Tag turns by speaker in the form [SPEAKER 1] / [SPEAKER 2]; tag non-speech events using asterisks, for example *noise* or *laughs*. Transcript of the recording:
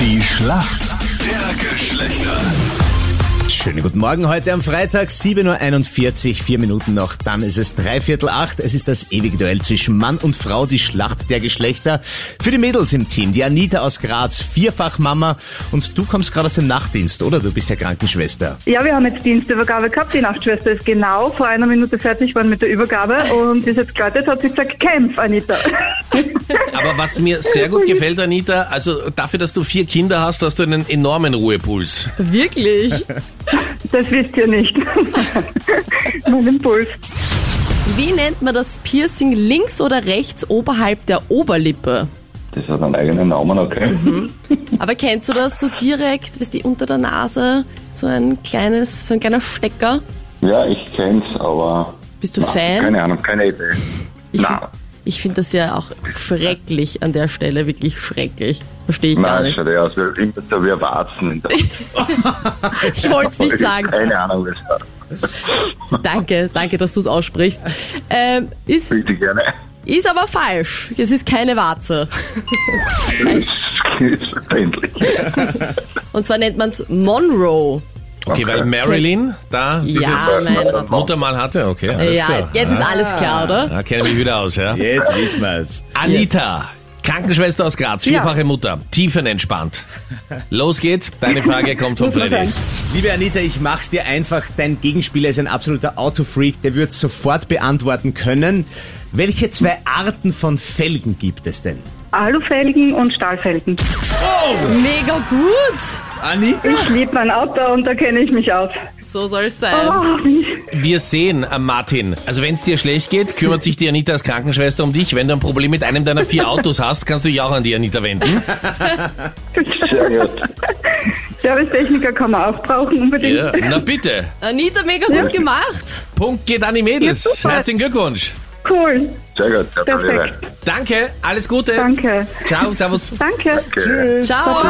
[SPEAKER 1] Die Schlacht der Geschlechter.
[SPEAKER 2] Schönen guten Morgen heute am Freitag, 7.41 Uhr, vier Minuten noch, dann ist es dreiviertel acht. Es ist das ewige Duell zwischen Mann und Frau, die Schlacht der Geschlechter. Für die Mädels im Team, die Anita aus Graz, vierfach Mama. Und du kommst gerade aus dem Nachtdienst, oder? Du bist ja Krankenschwester.
[SPEAKER 3] Ja, wir haben jetzt Dienstübergabe gehabt. Die Nachtschwester ist genau vor einer Minute fertig geworden mit der Übergabe und ist jetzt geläutet, hat sie gesagt, kämpf, Anita. *laughs*
[SPEAKER 4] Aber was mir sehr gut gefällt, Anita, also dafür, dass du vier Kinder hast, hast du einen enormen Ruhepuls.
[SPEAKER 5] Wirklich?
[SPEAKER 3] Das wisst ihr nicht. *laughs* mein Impuls.
[SPEAKER 5] *laughs* Wie nennt man das Piercing links oder rechts oberhalb der Oberlippe?
[SPEAKER 6] Das hat einen eigenen Namen, okay?
[SPEAKER 5] Mhm. Aber kennst du das so direkt, weißt du, unter der Nase, so ein kleines, so ein kleiner Stecker?
[SPEAKER 6] Ja, ich kenn's, aber.
[SPEAKER 5] Bist du
[SPEAKER 6] Na,
[SPEAKER 5] Fan?
[SPEAKER 6] Keine Ahnung, keine Idee.
[SPEAKER 5] *laughs* Ich,
[SPEAKER 6] Na.
[SPEAKER 5] ich finde das ja auch schrecklich an der Stelle, wirklich schrecklich. Verstehe ich gar
[SPEAKER 6] Nein,
[SPEAKER 5] nicht.
[SPEAKER 6] schaut eher aus wie, immer so wie ein
[SPEAKER 5] *laughs*
[SPEAKER 6] Warzen. in der-
[SPEAKER 5] Ich wollte es nicht sagen.
[SPEAKER 6] *laughs* Keine Ahnung, was war.
[SPEAKER 5] *laughs* Danke, danke, dass du es aussprichst. Ähm, ist,
[SPEAKER 6] Bitte gerne.
[SPEAKER 5] ist aber falsch. Es ist keine Warze.
[SPEAKER 6] Das *laughs* ist verständlich.
[SPEAKER 5] Und zwar nennt man es Monroe.
[SPEAKER 4] Okay, weil Marilyn da dieses
[SPEAKER 5] Ja, mein Gott.
[SPEAKER 4] Muttermal hatte, okay. Alles
[SPEAKER 5] Ja,
[SPEAKER 4] klar. Ah.
[SPEAKER 5] jetzt ist alles klar, oder?
[SPEAKER 4] Da kenne ich mich wieder aus, ja.
[SPEAKER 2] Jetzt wissen wir's.
[SPEAKER 4] Anita, Krankenschwester aus Graz, vierfache Mutter, tiefenentspannt. Los geht's, deine Frage kommt von Freddy.
[SPEAKER 2] Liebe Anita, ich mach's dir einfach. Dein Gegenspieler ist ein absoluter Autofreak, der wird's sofort beantworten können. Welche zwei Arten von Felgen gibt es denn?
[SPEAKER 3] Alufelgen und Stahlfelgen.
[SPEAKER 5] Mega gut.
[SPEAKER 2] Anita?
[SPEAKER 3] Ich liebe mein Auto und da kenne ich mich aus.
[SPEAKER 5] So soll es sein.
[SPEAKER 3] Oh, wie
[SPEAKER 4] Wir sehen, äh, Martin, also wenn es dir schlecht geht, kümmert sich die Anita als Krankenschwester um dich. Wenn du ein Problem mit einem deiner vier Autos hast, kannst du dich auch an die Anita wenden.
[SPEAKER 6] Sehr gut.
[SPEAKER 3] *laughs* Servicetechniker kann man auch brauchen unbedingt.
[SPEAKER 4] Ja, na bitte.
[SPEAKER 5] Anita, mega gut gemacht.
[SPEAKER 4] Punkt geht an die Mädels.
[SPEAKER 3] Ja, super.
[SPEAKER 4] Herzlichen Glückwunsch.
[SPEAKER 3] Cool.
[SPEAKER 6] Sehr gut, Herr Kollege.
[SPEAKER 3] Perfekt.
[SPEAKER 4] Danke, alles Gute.
[SPEAKER 3] Danke.
[SPEAKER 4] Ciao, servus.
[SPEAKER 3] Danke.
[SPEAKER 6] Okay.
[SPEAKER 5] Ciao.